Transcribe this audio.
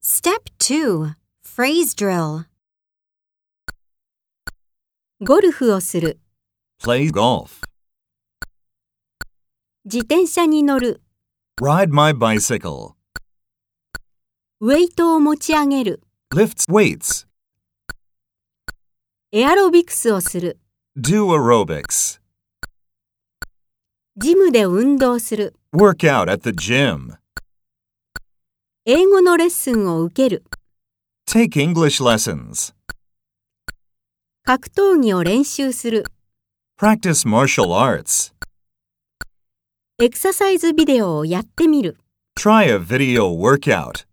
Step 2 Phrase Drill ゴルフをする、 Play golf. 自転車に乗る、 Ride my bicycle. ウェイトを持ち上げる、 Lift weights. エアロビクスをする、 Do aerobics. ジムで運動する、 Work out at the gym. 英語のレッスンを受ける、 Take English lessons. 格闘技を練習する、 Practice martial arts. エクササイズビデオをやってみる。 Try a video workout.